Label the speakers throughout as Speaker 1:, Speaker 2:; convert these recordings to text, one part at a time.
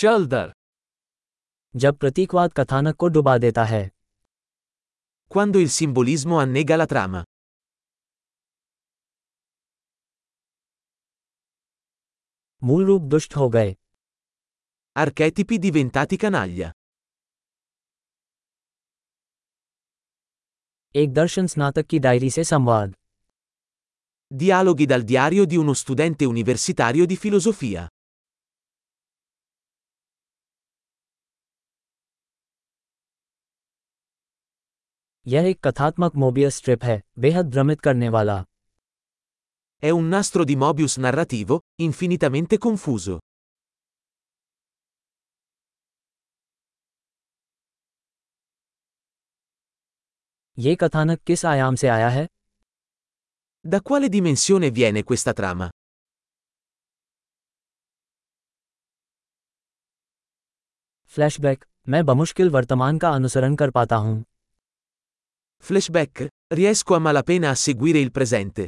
Speaker 1: चल दर
Speaker 2: जब प्रतीकवाद कथानक को डुबा देता है
Speaker 1: quando il simbolismo annega la trama.
Speaker 2: मूल रूप दुष्ट हो गए
Speaker 1: Archetipi diventati canaglia.
Speaker 2: एक दर्शन स्नातक की डायरी से संवाद
Speaker 1: Dialoghi dal diario di uno studente universitario di filosofia.
Speaker 2: यह एक कथात्मक मोबियस स्ट्रिप है बेहद भ्रमित करने वाला
Speaker 1: È un nastro di Mobius narrativo, infinitamente confuso.
Speaker 2: ये कथानक किस आयाम से आया है
Speaker 1: Da quale dimensione viene questa trama?
Speaker 2: Flashback मैं बमुश्किल वर्तमान का अनुसरण कर पाता हूँ
Speaker 1: Flashback? Riesco a malapena a seguire il presente.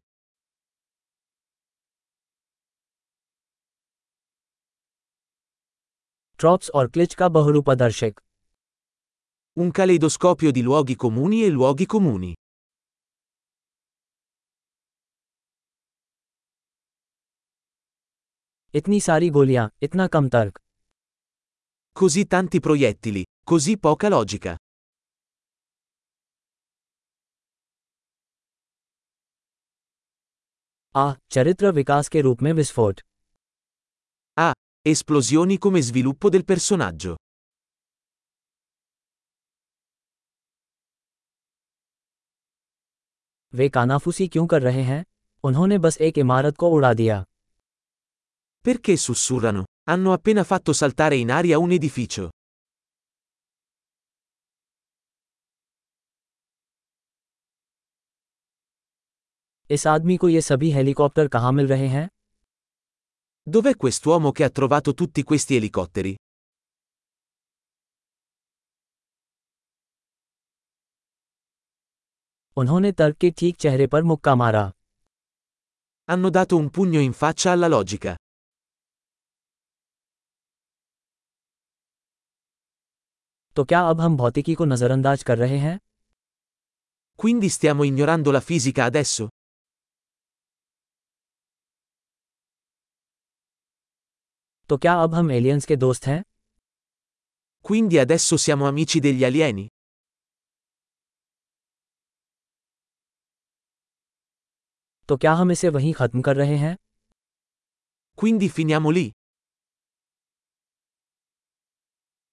Speaker 2: Tropes और क्लिच का बहुरूपदर्शक
Speaker 1: Un caleidoscopio di luoghi comuni e luoghi comuni.
Speaker 2: इतनी सारी गोलियाँ इतना कम तर्क
Speaker 1: Così tanti proiettili, così poca logica.
Speaker 2: आ चरित्र विकास के रूप में विस्फोट
Speaker 1: Esplosioni come sviluppo del personaggio.
Speaker 2: वे कानाफूसी क्यों कर रहे हैं उन्होंने बस एक इमारत को उड़ा दिया
Speaker 1: Perché sussurrano? Hanno appena fatto saltare in aria un edificio.
Speaker 2: इस आदमी को ये सभी हेलीकॉप्टर कहाँ मिल रहे हैं
Speaker 1: Dov'è quest'uomo che ha trovato tutti questi elicotteri?
Speaker 2: उन्होंने तर्क के ठीक चेहरे पर मुक्का मारा
Speaker 1: Hanno dato un pugno in faccia alla logica.
Speaker 2: तो क्या अब हम भौतिकी को नज़रअंदाज कर रहे हैं
Speaker 1: Quindi stiamo ignorando la fisica adesso?
Speaker 2: तो क्या अब हम एलियंस के दोस्त हैं
Speaker 1: Quindi adesso siamo amici degli alieni?
Speaker 2: तो क्या हम इसे वहीं ख़त्म कर रहे हैं
Speaker 1: Quindi finiamo lì?